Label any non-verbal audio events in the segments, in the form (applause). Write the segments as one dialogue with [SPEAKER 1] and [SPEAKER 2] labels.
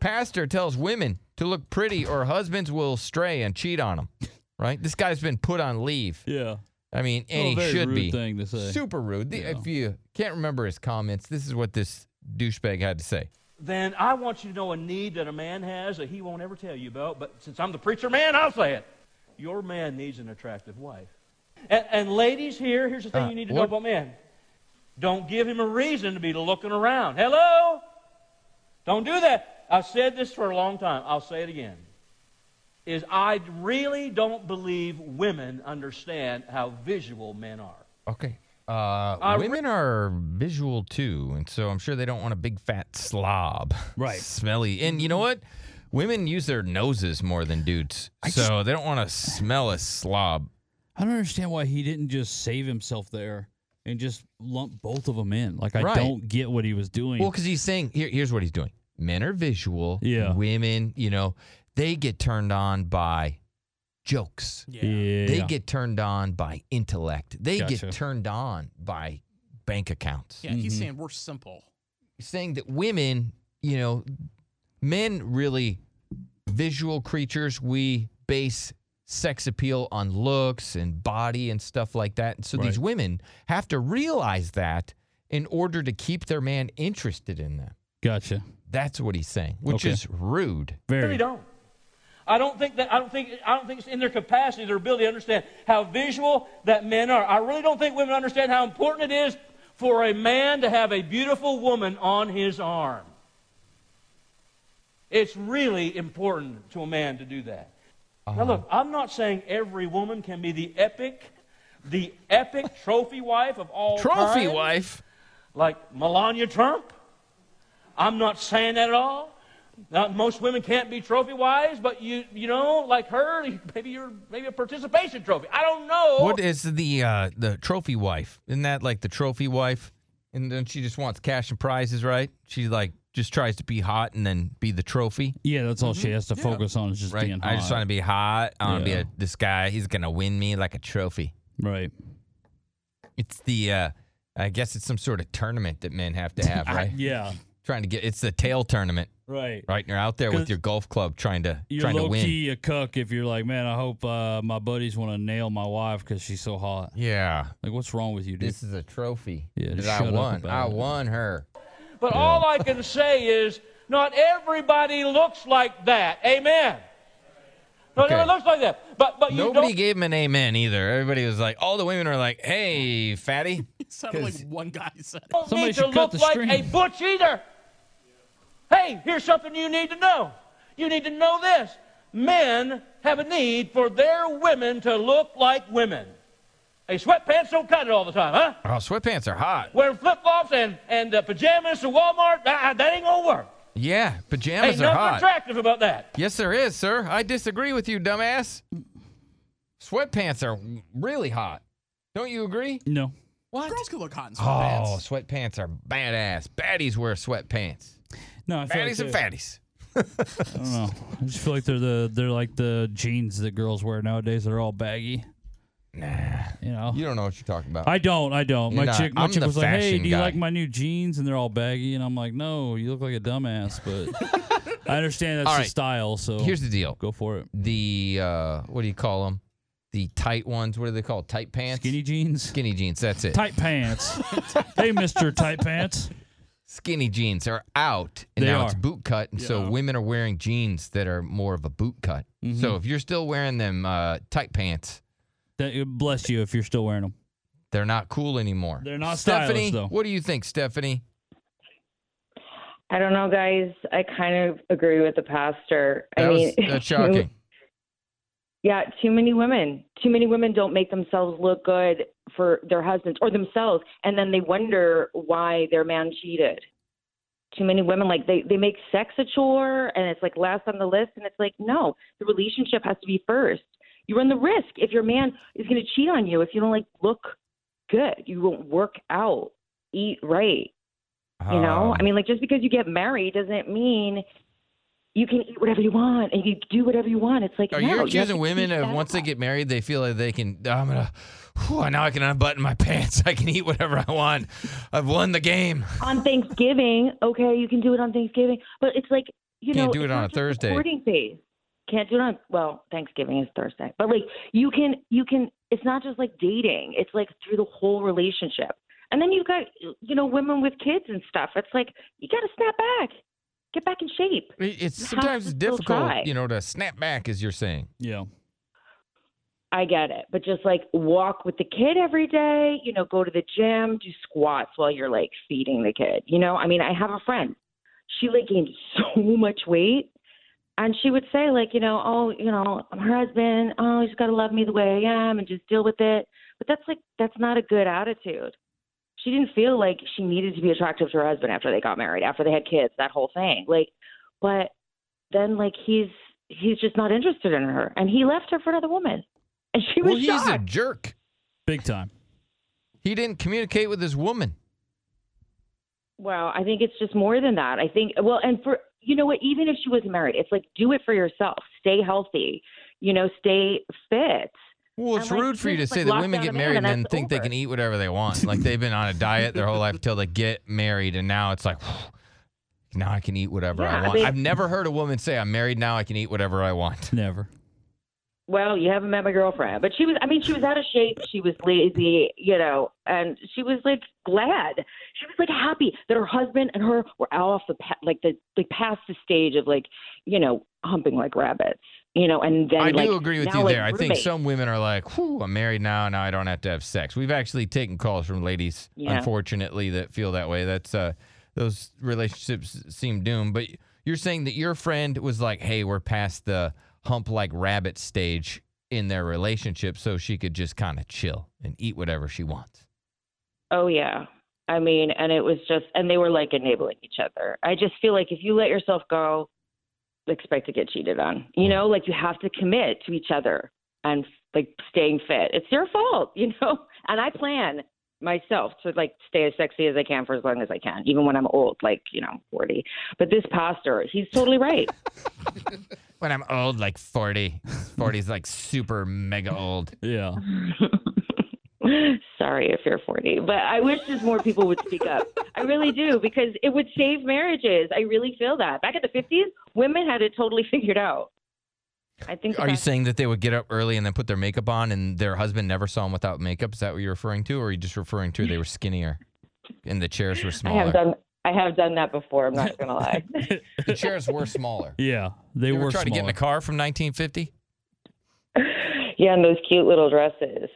[SPEAKER 1] pastor tells women to look pretty or husbands will stray and cheat on them. Right? This guy's been put on leave.
[SPEAKER 2] Yeah.
[SPEAKER 1] I mean, and
[SPEAKER 2] Well,
[SPEAKER 1] he
[SPEAKER 2] very
[SPEAKER 1] should
[SPEAKER 2] rude
[SPEAKER 1] be.
[SPEAKER 2] thing to say.
[SPEAKER 1] Super rude. The- If you can't remember his comments, this is what this douchebag had to say.
[SPEAKER 3] then I want you to know a need that a man has that he won't ever tell you about. But since I'm the preacher man, I'll say it. Your man needs an attractive wife. And, and ladies, here, here's the thing
[SPEAKER 1] Uh,
[SPEAKER 3] you need to
[SPEAKER 1] what-
[SPEAKER 3] know about men. Don't give him a reason to be looking around. Hello? Don't do that. I've said this for a long time. I'll say it again. Is I really don't believe women understand how visual men are.
[SPEAKER 1] Okay. Uh, women are visual too, and so I'm sure they don't want a big fat slob.
[SPEAKER 2] Right.
[SPEAKER 1] Smelly. And you know what? Women use their noses more than dudes. so they don't want to smell a slob.
[SPEAKER 2] I don't understand why he didn't just save himself there and just lump both of them in. Like I
[SPEAKER 1] Right.
[SPEAKER 2] don't get what he was doing.
[SPEAKER 1] Well, because he's saying here, here's what he's doing. Men are visual.
[SPEAKER 2] Yeah.
[SPEAKER 1] Women, you know, they get turned on by jokes.
[SPEAKER 2] yeah. yeah.
[SPEAKER 1] They get turned on by intellect. They
[SPEAKER 2] Gotcha.
[SPEAKER 1] get turned on by bank accounts.
[SPEAKER 4] Yeah, he's saying we're simple. (laughs)
[SPEAKER 1] Saying that women, you know, men really visual creatures. We base sex appeal on looks and body and stuff like that. And so these
[SPEAKER 2] Right.
[SPEAKER 1] women have to realize that in order to keep their man interested in them.
[SPEAKER 2] gotcha.
[SPEAKER 1] That's what he's saying, which
[SPEAKER 2] Okay.
[SPEAKER 1] is rude.
[SPEAKER 2] Very
[SPEAKER 3] really don't. I don't think that I don't think I don't think it's in their capacity, their ability to understand how visual that men are. I really don't think women understand how important it is for a man to have a beautiful woman on his arm. It's really important to a man to do that. Now look, I'm not saying every woman can be the epic, the epic trophy wife of all
[SPEAKER 1] Trophy
[SPEAKER 3] time
[SPEAKER 1] wife.
[SPEAKER 3] like Melania Trump. I'm not saying that at all. Now, most women can't be trophy wives, but you you know, like her, (laughs) maybe you're maybe a participation trophy. I don't know.
[SPEAKER 1] What is the uh, the trophy wife? Isn't that like the trophy wife? And then she just wants cash and prizes, right? She like just tries to be hot and then be the trophy,
[SPEAKER 2] Yeah, that's all she has to focus on is just
[SPEAKER 1] Mm-hmm. right?
[SPEAKER 2] being hot.
[SPEAKER 1] I just want to be hot. I want to
[SPEAKER 2] Yeah.
[SPEAKER 1] be a, this guy. He's gonna win me like a trophy.
[SPEAKER 2] right.
[SPEAKER 1] It's the uh, I guess it's some sort of tournament that men have to have, (laughs) right?
[SPEAKER 2] Yeah.
[SPEAKER 1] Trying to get it's the tail tournament,
[SPEAKER 2] Right.
[SPEAKER 1] right? You're out there
[SPEAKER 2] 'Cause
[SPEAKER 1] with your golf club trying to
[SPEAKER 2] You're
[SPEAKER 1] trying to
[SPEAKER 2] low
[SPEAKER 1] win.
[SPEAKER 2] key a cuck if you're like, man, I hope uh, my buddies want to nail my wife because she's so hot.
[SPEAKER 1] Yeah,
[SPEAKER 2] Like, what's wrong with you, dude?
[SPEAKER 1] this is a trophy
[SPEAKER 2] Yeah,
[SPEAKER 1] that
[SPEAKER 2] just
[SPEAKER 1] I
[SPEAKER 2] shut up
[SPEAKER 1] won.
[SPEAKER 2] about
[SPEAKER 1] I
[SPEAKER 2] it.
[SPEAKER 1] won her.
[SPEAKER 3] but all I can say is not everybody looks like that. Amen. Not
[SPEAKER 1] Okay.
[SPEAKER 3] everybody looks like that. But but you
[SPEAKER 1] Nobody
[SPEAKER 3] don't
[SPEAKER 1] gave him an amen either. Everybody was like, all the women are like, hey, fatty.
[SPEAKER 4] It sounded like
[SPEAKER 1] 'Cause-
[SPEAKER 4] one guy said it.
[SPEAKER 3] don't
[SPEAKER 2] Somebody
[SPEAKER 3] need to
[SPEAKER 2] should cut
[SPEAKER 3] look
[SPEAKER 2] the
[SPEAKER 3] like
[SPEAKER 2] string.
[SPEAKER 3] a butch either. Hey, here's something you need to know. You need to know this. Men have a need for their women to look like women. Hey, sweatpants don't cut it all the time, huh?
[SPEAKER 1] Oh, sweatpants are hot.
[SPEAKER 3] Wearing flip flops and, and uh, pajamas to Walmart, uh, that ain't gonna work.
[SPEAKER 1] Yeah,
[SPEAKER 3] Ain't
[SPEAKER 1] pajamas are
[SPEAKER 3] nothing
[SPEAKER 1] hot.
[SPEAKER 3] attractive about that.
[SPEAKER 1] yes, there is, sir. I disagree with you, dumbass. Sweatpants are really hot. Don't you agree?
[SPEAKER 2] no.
[SPEAKER 1] What?
[SPEAKER 4] Girls can look (gasps) hot in
[SPEAKER 1] Oh,
[SPEAKER 4] sweatpants.
[SPEAKER 1] sweatpants are badass. Baddies wear sweatpants.
[SPEAKER 2] No, I feel like
[SPEAKER 1] Baddies and
[SPEAKER 2] they're-
[SPEAKER 1] fatties.
[SPEAKER 2] I don't know. I just feel like they're the they're like the jeans that girls wear nowadays. They're all baggy. Nah. You know.
[SPEAKER 1] You don't know what you're talking about.
[SPEAKER 2] I don't. I don't. My
[SPEAKER 1] You're not-
[SPEAKER 2] chick, my
[SPEAKER 1] I'm
[SPEAKER 2] chick
[SPEAKER 1] the
[SPEAKER 2] was like, "Hey,
[SPEAKER 1] fashion
[SPEAKER 2] do you
[SPEAKER 1] guy."
[SPEAKER 2] like my new jeans?" And they're all baggy, and I'm like, "No, you look like a dumbass." But
[SPEAKER 1] (laughs)
[SPEAKER 2] I understand that's
[SPEAKER 1] All
[SPEAKER 2] the
[SPEAKER 1] right.
[SPEAKER 2] style. So
[SPEAKER 1] Here's the deal.
[SPEAKER 2] go
[SPEAKER 1] (laughs)
[SPEAKER 2] for it.
[SPEAKER 1] The, uh, what do you call them? The tight ones. What are they called? Tight pants?
[SPEAKER 2] Skinny jeans,
[SPEAKER 1] Skinny jeans. That's it. (laughs)
[SPEAKER 2] tight pants. hey, Mister Tight Pants.
[SPEAKER 1] skinny jeans are out and
[SPEAKER 2] They
[SPEAKER 1] now it's
[SPEAKER 2] are.
[SPEAKER 1] boot cut and so
[SPEAKER 4] Yeah.
[SPEAKER 1] women are wearing jeans that are more of a boot cut
[SPEAKER 2] Mm-hmm.
[SPEAKER 1] so if you're still wearing them uh, tight pants
[SPEAKER 2] That bless you if you're still wearing them.
[SPEAKER 1] they're not cool anymore
[SPEAKER 2] They're not stylish,
[SPEAKER 1] stephanie
[SPEAKER 2] though.
[SPEAKER 1] what do you think stephanie
[SPEAKER 5] I don't know, guys. I kind of agree with the pastor.
[SPEAKER 1] that
[SPEAKER 5] I
[SPEAKER 1] was
[SPEAKER 5] mean, (laughs)
[SPEAKER 1] that's shocking
[SPEAKER 5] yeah, too many women. Too many women don't make themselves look good for their husbands or themselves, and then they wonder why their man cheated. Too many women like they they make sex a chore, and it's like last on the list, and it's like no, the relationship has to be first. You run the risk if your man is going to cheat on you if you don't like look good. You won't work out, eat right. You know,
[SPEAKER 1] Um,
[SPEAKER 5] I mean, like just because you get married doesn't mean you can eat whatever you want and you can do whatever you want. It's like
[SPEAKER 1] are
[SPEAKER 5] no,
[SPEAKER 1] you
[SPEAKER 5] have to
[SPEAKER 1] accusing women
[SPEAKER 5] keep
[SPEAKER 1] of
[SPEAKER 5] that
[SPEAKER 1] once they
[SPEAKER 5] up.
[SPEAKER 1] get married they feel like they can "Oh, i'm gonna whew, now i can unbutton my (laughs) pants i can eat whatever i want i've won the game
[SPEAKER 5] on Thanksgiving, okay, you can do it on Thanksgiving, but it's like you
[SPEAKER 1] Can't
[SPEAKER 5] know,
[SPEAKER 1] do it
[SPEAKER 5] it's
[SPEAKER 1] on
[SPEAKER 5] not
[SPEAKER 1] a
[SPEAKER 5] just
[SPEAKER 1] Thursday.
[SPEAKER 5] Recording phase. Can't do it on well, Thanksgiving is Thursday, but like you can, you can. It's not just like dating; it's like through the whole relationship. And then you got, you know, women with kids and stuff. It's like you got to snap back, get back in shape.
[SPEAKER 1] It- It's
[SPEAKER 5] You have
[SPEAKER 1] sometimes
[SPEAKER 5] to still try.
[SPEAKER 1] difficult, you know, to snap back, as you're saying.
[SPEAKER 2] Yeah.
[SPEAKER 5] I get it, but just like walk with the kid every day. You know, go to the gym, do squats while you're like feeding the kid. You know, I mean, I have a friend. She like gained (laughs) so much weight and she would say like you know oh you know i'm her husband oh you just got to love me the way i am and just deal with it but that's like that's not a good attitude she didn't feel like she needed to be attractive to her husband after they got married after they had kids that whole thing like but then like he's he's just not interested in her and he left her for another woman and she was
[SPEAKER 1] well, he's a
[SPEAKER 5] shocked
[SPEAKER 1] jerk.
[SPEAKER 2] Big time.
[SPEAKER 1] He didn't communicate with his woman.
[SPEAKER 5] Well, I think it's just more than that. I think well, and for you know what, even if she wasn't married, it's like do it for yourself. Stay healthy, you know, stay fit.
[SPEAKER 1] Well, it's
[SPEAKER 5] like,
[SPEAKER 1] rude for
[SPEAKER 5] he
[SPEAKER 1] you to
[SPEAKER 5] just,
[SPEAKER 1] say
[SPEAKER 5] like,
[SPEAKER 1] that
[SPEAKER 5] locked
[SPEAKER 1] women
[SPEAKER 5] out
[SPEAKER 1] get
[SPEAKER 5] a man
[SPEAKER 1] married and
[SPEAKER 5] and
[SPEAKER 1] then
[SPEAKER 5] that's
[SPEAKER 1] think they
[SPEAKER 5] over.
[SPEAKER 1] can eat whatever they
[SPEAKER 5] (laughs)
[SPEAKER 1] want. Like they've been on a diet their whole life until they get married, and now it's like, (sighs) now I can eat whatever
[SPEAKER 5] Yeah,
[SPEAKER 1] I
[SPEAKER 5] I
[SPEAKER 1] want.
[SPEAKER 5] mean-
[SPEAKER 1] I've never heard a woman say, "I'm married now, I can eat whatever I want."
[SPEAKER 2] Never.
[SPEAKER 5] Well, you haven't met my girlfriend, but she was I mean, she was out of shape, she was lazy, you know, and she was like glad. She was like happy that her husband and her were out off the pa- like the like past the stage of like, you know, humping like rabbits. You know, and then
[SPEAKER 1] I
[SPEAKER 5] like,
[SPEAKER 1] do agree with
[SPEAKER 5] now,
[SPEAKER 1] you
[SPEAKER 5] like,
[SPEAKER 1] there. I think
[SPEAKER 5] roommates.
[SPEAKER 1] some women are like, "Whew, I'm married now, now I don't have to have sex." We've actually taken calls from ladies,
[SPEAKER 5] Yeah.
[SPEAKER 1] unfortunately, that feel that way. That's uh, those relationships seem doomed. But you're saying that your friend was like, "Hey, we're past the hump like rabbit stage in their relationship, so she could just kind of chill and eat whatever she wants."
[SPEAKER 5] Oh yeah. I mean, and it was just and they were like enabling each other. I just feel like if you let yourself go, expect to get cheated on. You know, like you have to commit to each other and like staying fit. It's your fault, (laughs) you know? And I plan myself to like stay as sexy as I can for as long as I can, even when I'm old, like, you know, 40. But this pastor, he's totally right.
[SPEAKER 1] When I'm old, like 40, 40 is like super mega old.
[SPEAKER 2] Yeah. (laughs)
[SPEAKER 5] (laughs) Sorry if you're 40, but I wish just more people would speak up. I really do because it would save marriages. I really feel that. Back in the 50s, women had it totally (laughs) figured out. I think.
[SPEAKER 1] Are you
[SPEAKER 5] that's-
[SPEAKER 1] saying that they would get up early and then put their makeup on and their husband never saw them without makeup? Is that what you're referring to? Or are you just referring to they were skinnier and the chairs were
[SPEAKER 5] I have
[SPEAKER 1] smaller?
[SPEAKER 5] done. I have done that before. I'm not
[SPEAKER 1] (laughs)
[SPEAKER 5] gonna lie. (laughs)
[SPEAKER 1] The chairs were smaller.
[SPEAKER 2] Yeah. (laughs) They
[SPEAKER 1] You
[SPEAKER 2] were
[SPEAKER 1] ever tried to get in
[SPEAKER 2] smaller.
[SPEAKER 1] a car from 1950?
[SPEAKER 5] yeah, and those cute little dresses.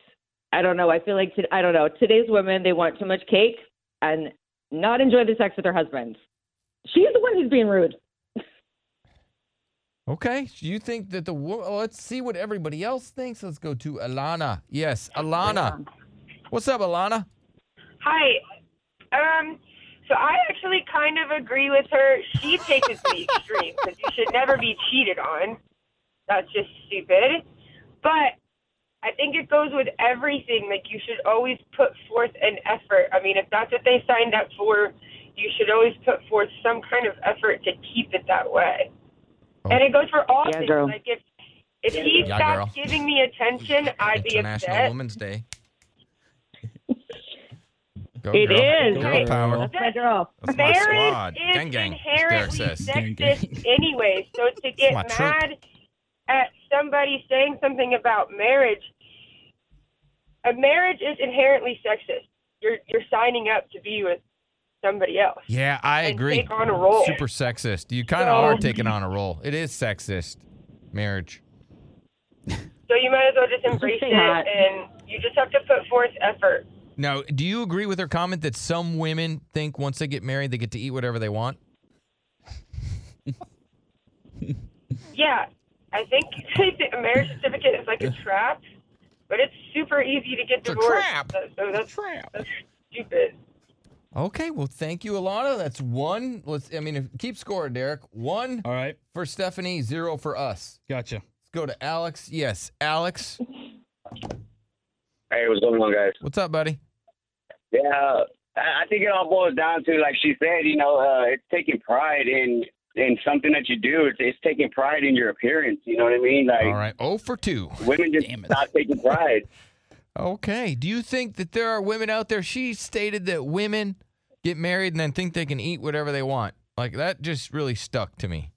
[SPEAKER 5] I don't know. I feel like to, I don't know. Today's women they want too much cake and not enjoy the sex with their husbands. She's the one who's being rude.
[SPEAKER 1] Okay. You think that the wo- oh, let's see what everybody else thinks. Let's go to Alana. Yes, Alana. What's up, Alana?
[SPEAKER 6] Hi. Um, so I actually kind of agree with her. She takes it to the extreme because you should never be cheated on. That's just stupid. But I think it goes with everything. Like you should always put forth an effort. I mean, if that's what they signed up for, you should always put forth some kind of effort to keep it that way. And it goes for all
[SPEAKER 5] Yeah,
[SPEAKER 6] things.
[SPEAKER 5] girl.
[SPEAKER 6] Like if if he
[SPEAKER 1] Oh. Yeah,
[SPEAKER 6] stopped
[SPEAKER 1] girl.
[SPEAKER 6] giving me attention, I'd be
[SPEAKER 1] International
[SPEAKER 6] upset.
[SPEAKER 1] Women's Day. Go,
[SPEAKER 5] It
[SPEAKER 1] girl.
[SPEAKER 5] is.
[SPEAKER 1] Go,
[SPEAKER 6] Hey,
[SPEAKER 1] power.
[SPEAKER 2] girl.
[SPEAKER 5] That's my girl.
[SPEAKER 1] That's my squad.
[SPEAKER 6] Marriage is
[SPEAKER 1] Gang, gang, as Derek
[SPEAKER 6] inherently
[SPEAKER 1] says.
[SPEAKER 6] sexist
[SPEAKER 2] Gang,
[SPEAKER 6] anyway, so to get
[SPEAKER 1] my troop.
[SPEAKER 6] mad at somebody saying something about marriage, a marriage is inherently sexist. You're you're signing up to be with somebody else.
[SPEAKER 1] Yeah, I
[SPEAKER 6] and
[SPEAKER 1] agree.
[SPEAKER 6] take on a role.
[SPEAKER 1] Super sexist. You kind of
[SPEAKER 6] So-
[SPEAKER 1] are taking on a role. It is sexist. Marriage.
[SPEAKER 6] So you might as well just embrace
[SPEAKER 5] say
[SPEAKER 6] it,
[SPEAKER 5] that.
[SPEAKER 6] and you just have to put forth effort.
[SPEAKER 1] Now, do you agree with her comment that some women think once they get married they get to eat whatever they want?
[SPEAKER 6] Yeah, I think (laughs) a marriage certificate is like a trap, but it's super easy to get
[SPEAKER 1] a
[SPEAKER 6] divorced.
[SPEAKER 1] trap.
[SPEAKER 6] So, so that's, trap. that's stupid.
[SPEAKER 1] Okay, well, thank you, Alana. That's one. Let's. I mean, if, keep score, Derek. One
[SPEAKER 2] All right.
[SPEAKER 1] for Stephanie, zero for us.
[SPEAKER 2] Gotcha.
[SPEAKER 1] Let's go to Alex. Yes, Alex.
[SPEAKER 7] Hey, what's going on, guys?
[SPEAKER 1] What's up, buddy?
[SPEAKER 7] Yeah, uh, I I think it all boils down to, like she said, you know, uh, it's taking pride in in something that you do. It's, it's taking pride in your appearance. You know what I mean? Like
[SPEAKER 1] All right, oh for two.
[SPEAKER 7] women just
[SPEAKER 2] Damn it.
[SPEAKER 7] stop taking pride.
[SPEAKER 1] Okay. Do you think that there are women out there? She stated that women get married and then think they can eat whatever they want. Like that just really stuck to me.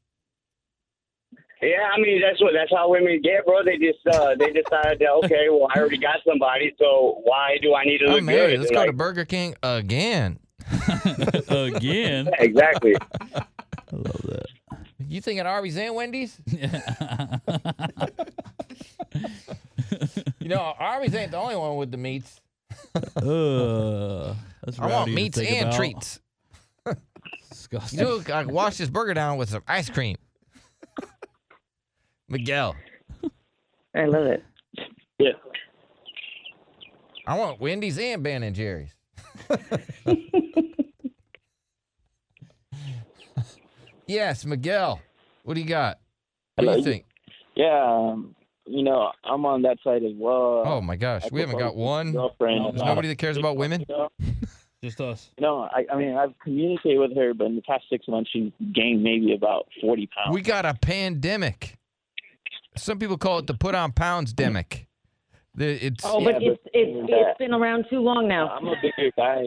[SPEAKER 7] Yeah, I mean that's what that's how women get, bro. They just uh, they decided that okay, well I already got somebody, so why do I need to look
[SPEAKER 1] I'm married.
[SPEAKER 7] good?
[SPEAKER 1] Oh, Let's
[SPEAKER 7] And,
[SPEAKER 1] go to
[SPEAKER 7] like,
[SPEAKER 1] Burger King again.
[SPEAKER 2] (laughs)
[SPEAKER 1] (laughs)
[SPEAKER 2] Again.
[SPEAKER 7] yeah, exactly.
[SPEAKER 2] I love that.
[SPEAKER 1] You think at Arby's and Wendy's? you know, Arby's ain't the only one with the meats.
[SPEAKER 2] Ugh. Uh, that's
[SPEAKER 1] I want
[SPEAKER 2] rowdy to
[SPEAKER 1] meats
[SPEAKER 2] think
[SPEAKER 1] and
[SPEAKER 2] about.
[SPEAKER 1] treats.
[SPEAKER 2] Disgusting.
[SPEAKER 1] You know, I can wash this burger down with some ice cream. Miguel,
[SPEAKER 5] I love it.
[SPEAKER 7] Yeah.
[SPEAKER 1] I want Wendy's and Ben and Jerry's. (laughs) yes, Miguel. What do you got? What do you
[SPEAKER 8] Hello.
[SPEAKER 1] think?
[SPEAKER 8] Yeah, um, you know, I'm on that side as well.
[SPEAKER 1] Oh my gosh,
[SPEAKER 8] I
[SPEAKER 1] we haven't
[SPEAKER 8] proposed
[SPEAKER 1] got
[SPEAKER 8] to my
[SPEAKER 1] one. There's
[SPEAKER 8] girlfriend.
[SPEAKER 2] No,
[SPEAKER 8] and,
[SPEAKER 2] no.
[SPEAKER 8] uh,
[SPEAKER 1] nobody that cares about women.
[SPEAKER 8] You know,
[SPEAKER 2] Just us.
[SPEAKER 8] you know, I, I mean, I've communicated with her, but in the past six months, she's gained maybe about 40 pounds.
[SPEAKER 1] We got a pandemic. Some people call it the put on pounds demic. The- It's
[SPEAKER 5] Oh,
[SPEAKER 8] Yeah,
[SPEAKER 5] but
[SPEAKER 8] but-
[SPEAKER 5] it's it's it's been around too long now.
[SPEAKER 8] I'm a bigger guy.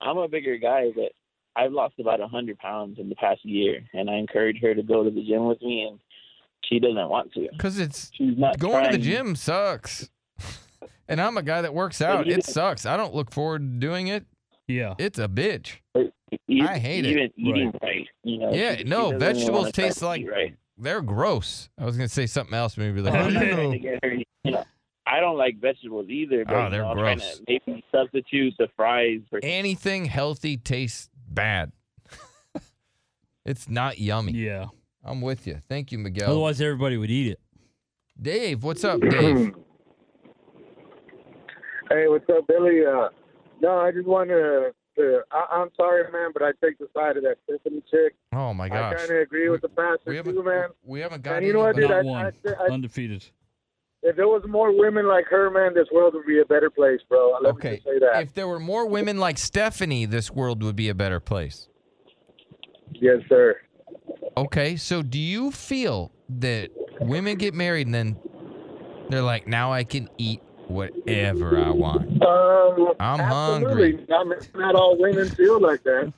[SPEAKER 8] I'm a bigger guy, but I've lost about 100 pounds in the past year, and I encourage her to go to the gym with me, and she doesn't want to.
[SPEAKER 1] because it's
[SPEAKER 8] She's not
[SPEAKER 1] going to the
[SPEAKER 8] trying.
[SPEAKER 1] gym sucks. (laughs) And I'm a guy that works out. It sucks. I don't look forward to doing it.
[SPEAKER 2] Yeah.
[SPEAKER 1] It's a bitch.
[SPEAKER 8] Even,
[SPEAKER 1] I hate it.
[SPEAKER 8] even eating right. you know.
[SPEAKER 1] Yeah,
[SPEAKER 8] she- she
[SPEAKER 1] no,
[SPEAKER 8] doesn't even
[SPEAKER 1] vegetables
[SPEAKER 8] wanna try
[SPEAKER 1] taste
[SPEAKER 8] to
[SPEAKER 1] like-
[SPEAKER 8] eat right.
[SPEAKER 1] They're gross. I was gonna say something else, maybe
[SPEAKER 8] And
[SPEAKER 9] Oh,
[SPEAKER 8] I'm
[SPEAKER 1] like
[SPEAKER 8] not
[SPEAKER 2] no.
[SPEAKER 8] trying to get her, you know, I don't like vegetables either. But
[SPEAKER 1] Ah,
[SPEAKER 8] you
[SPEAKER 1] they're
[SPEAKER 8] know, I'm trying to
[SPEAKER 1] gross.
[SPEAKER 8] Maybe substitute the fries for
[SPEAKER 1] (laughs) anything healthy tastes bad. (laughs) it's not yummy.
[SPEAKER 2] Yeah.
[SPEAKER 1] I'm with you. Thank you, Miguel.
[SPEAKER 9] Oh,
[SPEAKER 2] Otherwise, everybody would eat it.
[SPEAKER 1] Dave,
[SPEAKER 9] (clears throat)
[SPEAKER 1] what's up, Dave?
[SPEAKER 9] Hey, what's up, Billy? Uh, no, I just want to. to I, I'm sorry, man, but I take the side of that Tiffany chick.
[SPEAKER 1] Oh my
[SPEAKER 9] I
[SPEAKER 1] gosh.
[SPEAKER 9] kind of agree with the
[SPEAKER 1] we
[SPEAKER 9] pastor
[SPEAKER 1] haven't
[SPEAKER 9] too, man.
[SPEAKER 1] we haven't got
[SPEAKER 9] And you know what,
[SPEAKER 1] anybody-
[SPEAKER 9] dude?
[SPEAKER 2] Not
[SPEAKER 9] I-
[SPEAKER 2] one.
[SPEAKER 9] I- I-
[SPEAKER 2] Undefeated.
[SPEAKER 9] If there was more women like her, man, this world would be a better place, bro. Let me
[SPEAKER 1] Okay.
[SPEAKER 9] just say that.
[SPEAKER 1] If there were more women like Stephanie, this world would be a better place.
[SPEAKER 9] yes, sir.
[SPEAKER 1] Okay. So do you feel that women get married and then they're like, now I can eat whatever I want?
[SPEAKER 9] Um,
[SPEAKER 1] I'm
[SPEAKER 9] absolutely. I mean, not all women feel like that,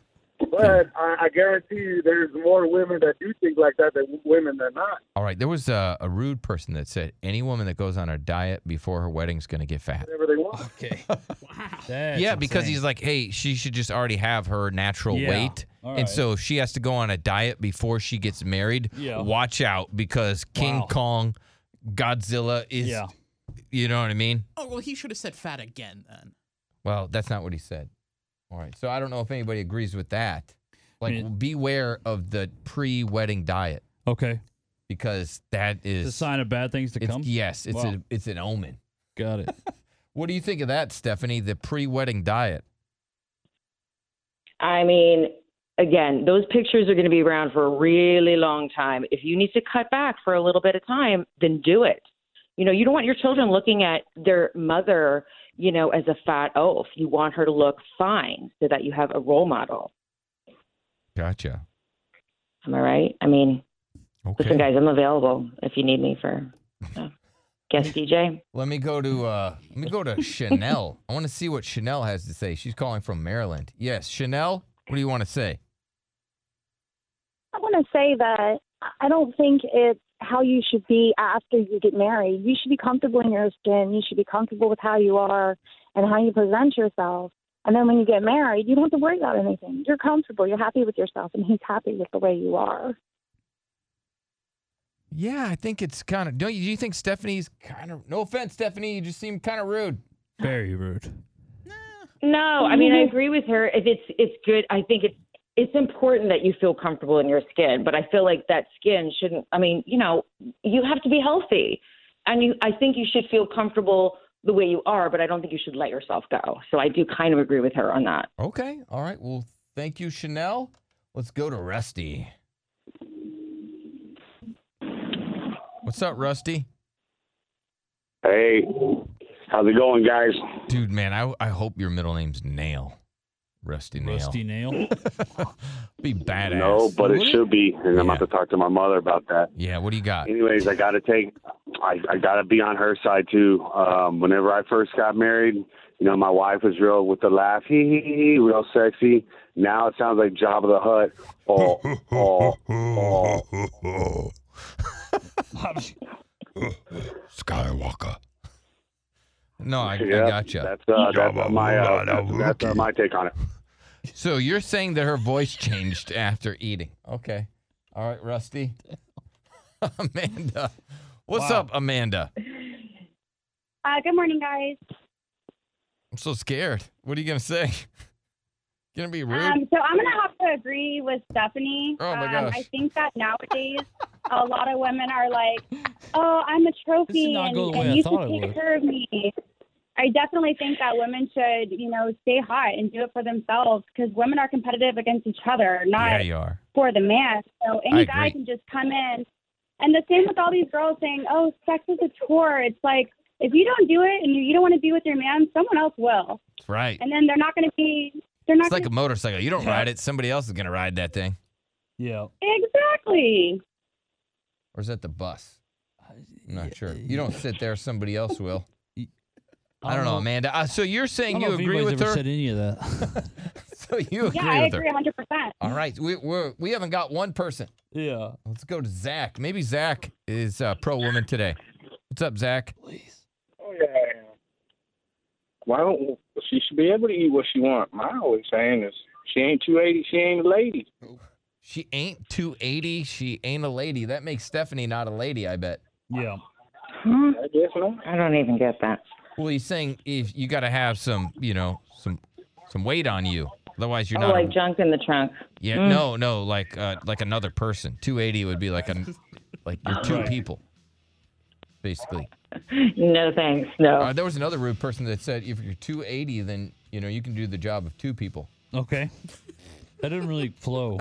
[SPEAKER 9] but I, I guarantee you, there's more women that do think like that than women that not.
[SPEAKER 1] All right. There was a, a rude person that said any woman that goes on a diet before her wedding's going to get fat.
[SPEAKER 9] Whatever they want.
[SPEAKER 2] Okay. wow. That's
[SPEAKER 1] yeah, because
[SPEAKER 2] insane.
[SPEAKER 1] he's like, hey, she should just already have her natural
[SPEAKER 2] Yeah.
[SPEAKER 1] weight.
[SPEAKER 2] All
[SPEAKER 1] And
[SPEAKER 2] right.
[SPEAKER 1] so if she has to go on a diet before she gets married.
[SPEAKER 2] Yeah.
[SPEAKER 1] Watch out because King
[SPEAKER 2] Wow.
[SPEAKER 1] Kong, Godzilla is,
[SPEAKER 2] Yeah.
[SPEAKER 1] you know what I mean?
[SPEAKER 4] Oh well, he should have said fat again then.
[SPEAKER 1] Well, that's not what he said. All right. So I don't know if anybody agrees with that. Like,
[SPEAKER 2] Yeah.
[SPEAKER 1] beware of the pre wedding diet
[SPEAKER 2] Okay.
[SPEAKER 1] because that
[SPEAKER 2] It's a
[SPEAKER 1] is.
[SPEAKER 2] sign of bad things to
[SPEAKER 1] it's-
[SPEAKER 2] come.
[SPEAKER 1] yes, it's,
[SPEAKER 2] Wow.
[SPEAKER 1] a, it's an omen. (laughs)
[SPEAKER 2] Got it.
[SPEAKER 1] What do you think of that, Stephanie? The pre wedding diet?
[SPEAKER 5] I mean, again, those pictures are going to be around for a really long time. If you need to cut back for a little bit of time, then do it. You know, you don't want your children looking at their mother, you know, as a fat oaf. You want her to look fine so that you have a role model.
[SPEAKER 1] Gotcha.
[SPEAKER 5] Am I right? I mean, listen,
[SPEAKER 1] Okay.
[SPEAKER 5] guys, I'm available if you need me for uh, guest DJ.
[SPEAKER 1] Let me go to uh let me
[SPEAKER 5] (laughs)
[SPEAKER 1] go to Chanel. I want to see what Chanel has to say. She's calling from Maryland. Yes, Chanel, what do you want to say?
[SPEAKER 10] I want to say that I don't think it's how you should be after you get married. You should be comfortable in your skin. You should be comfortable with how you are and how you present yourself. And then when you get married, you don't have to worry about anything. You're comfortable. You're happy with yourself, and he's happy with the way you are.
[SPEAKER 1] Yeah, I think it's kind of don't you, do you think Stephanie's kind of no offense, Stephanie, you just seem kind of rude.
[SPEAKER 2] Very rude.
[SPEAKER 5] No, I mean I agree with her. If it's it's good, I think it's it's important that you feel comfortable in your skin, but I feel like that skin shouldn't. I mean, you know, you have to be healthy, and you I think you should feel comfortable the way you are, but I don't think you should let yourself go. So I do kind of agree with her on that.
[SPEAKER 1] Okay. All right. Well, thank you, Chanel. Let's go to Rusty. What's up, Rusty?
[SPEAKER 7] Hey, how's it going, guys?
[SPEAKER 1] Dude, man, I, I hope your middle name's Nail. Rusty Nail.
[SPEAKER 2] Rusty nail.
[SPEAKER 1] Be badass.
[SPEAKER 7] No, but it
[SPEAKER 1] Would
[SPEAKER 7] should be, and I'm
[SPEAKER 1] Yeah.
[SPEAKER 7] about to talk to my mother about that.
[SPEAKER 1] Yeah, what do you
[SPEAKER 7] (laughs)
[SPEAKER 1] got?
[SPEAKER 7] Anyways, I gotta take, I, I gotta be on her side too. Um, whenever I first got married, you know, my wife was real with the laugh, hee hee hee, real sexy. Now it
[SPEAKER 1] (laughs)
[SPEAKER 7] sounds like Job of the Hut. Oh, oh, oh.
[SPEAKER 1] No, I,
[SPEAKER 11] Yeah,
[SPEAKER 1] I gotcha.
[SPEAKER 11] That's uh, that's uh, my uh, that's, that's uh, my take on it.
[SPEAKER 1] So you're saying that her voice changed after eating? Okay. All right, Rusty. (laughs) Amanda, what's up, Amanda?
[SPEAKER 12] Uh, good morning, guys.
[SPEAKER 1] I'm so scared. What are you gonna say? gonna be rude?
[SPEAKER 12] Um, so I'm gonna have to agree with Stephanie.
[SPEAKER 1] Oh, my
[SPEAKER 12] um,
[SPEAKER 1] gosh.
[SPEAKER 12] I think that nowadays a lot of women are like, "Oh, I'm a
[SPEAKER 2] This did
[SPEAKER 12] trophy,
[SPEAKER 2] not
[SPEAKER 12] and,
[SPEAKER 2] go the way
[SPEAKER 12] and
[SPEAKER 2] I
[SPEAKER 12] you
[SPEAKER 2] thought it
[SPEAKER 12] should take
[SPEAKER 2] would."
[SPEAKER 12] care of me." I definitely think that women should, you know, stay hot and do it for themselves because women are competitive against each other, not
[SPEAKER 1] yeah, you are.
[SPEAKER 12] for the man. So
[SPEAKER 1] I
[SPEAKER 12] any guy
[SPEAKER 1] agree.
[SPEAKER 12] can just come in. And the same with all these girls saying, oh, sex is a chore. It's like, if you don't do it and you, you don't want to be with your man, someone else will.
[SPEAKER 1] That's right.
[SPEAKER 12] And then they're not going to be, they're not
[SPEAKER 1] It's like a
[SPEAKER 12] gonna,
[SPEAKER 1] motorcycle. You don't ride it. Somebody else is gonna ride that thing. Yeah.
[SPEAKER 12] exactly.
[SPEAKER 1] Or is that the bus? I'm
[SPEAKER 2] Uh,
[SPEAKER 1] not sure. You don't sit there. Somebody else will. I don't know, Amanda. Uh, so you're
[SPEAKER 2] I
[SPEAKER 1] saying
[SPEAKER 2] don't
[SPEAKER 1] you
[SPEAKER 2] know if
[SPEAKER 1] agree
[SPEAKER 2] anybody's
[SPEAKER 1] with
[SPEAKER 2] ever
[SPEAKER 1] her?
[SPEAKER 2] Said any of that? (laughs)
[SPEAKER 1] (laughs) So you agree
[SPEAKER 12] Yeah, I
[SPEAKER 1] with her?
[SPEAKER 12] agree 100%.
[SPEAKER 1] All right, we we're, we haven't got one person. Yeah. Let's go to Zach. Maybe Zach is uh, pro woman today. What's up, Zach?
[SPEAKER 9] Oh, yeah. Why don't she should be able to eat what she wants? My always saying is she ain't 280, she ain't a lady.
[SPEAKER 1] She ain't 280. She ain't a lady. That makes Stephanie not a lady. I bet. Yeah.
[SPEAKER 9] I guess not.
[SPEAKER 5] I don't even get that.
[SPEAKER 1] Well, he's saying if you got to have some, you know, some some weight on you, otherwise you're
[SPEAKER 5] oh,
[SPEAKER 1] not. a-
[SPEAKER 5] like junk in the trunk.
[SPEAKER 1] yeah.
[SPEAKER 5] Mm.
[SPEAKER 1] No, no. Like uh, like another person. 280 would be like a like you're two
[SPEAKER 5] Right.
[SPEAKER 1] people, basically.
[SPEAKER 5] No thanks. No.
[SPEAKER 1] Uh, there was another rude person that said, if you're 280, then you know you can do the job of two people.
[SPEAKER 2] Okay. That didn't really flow.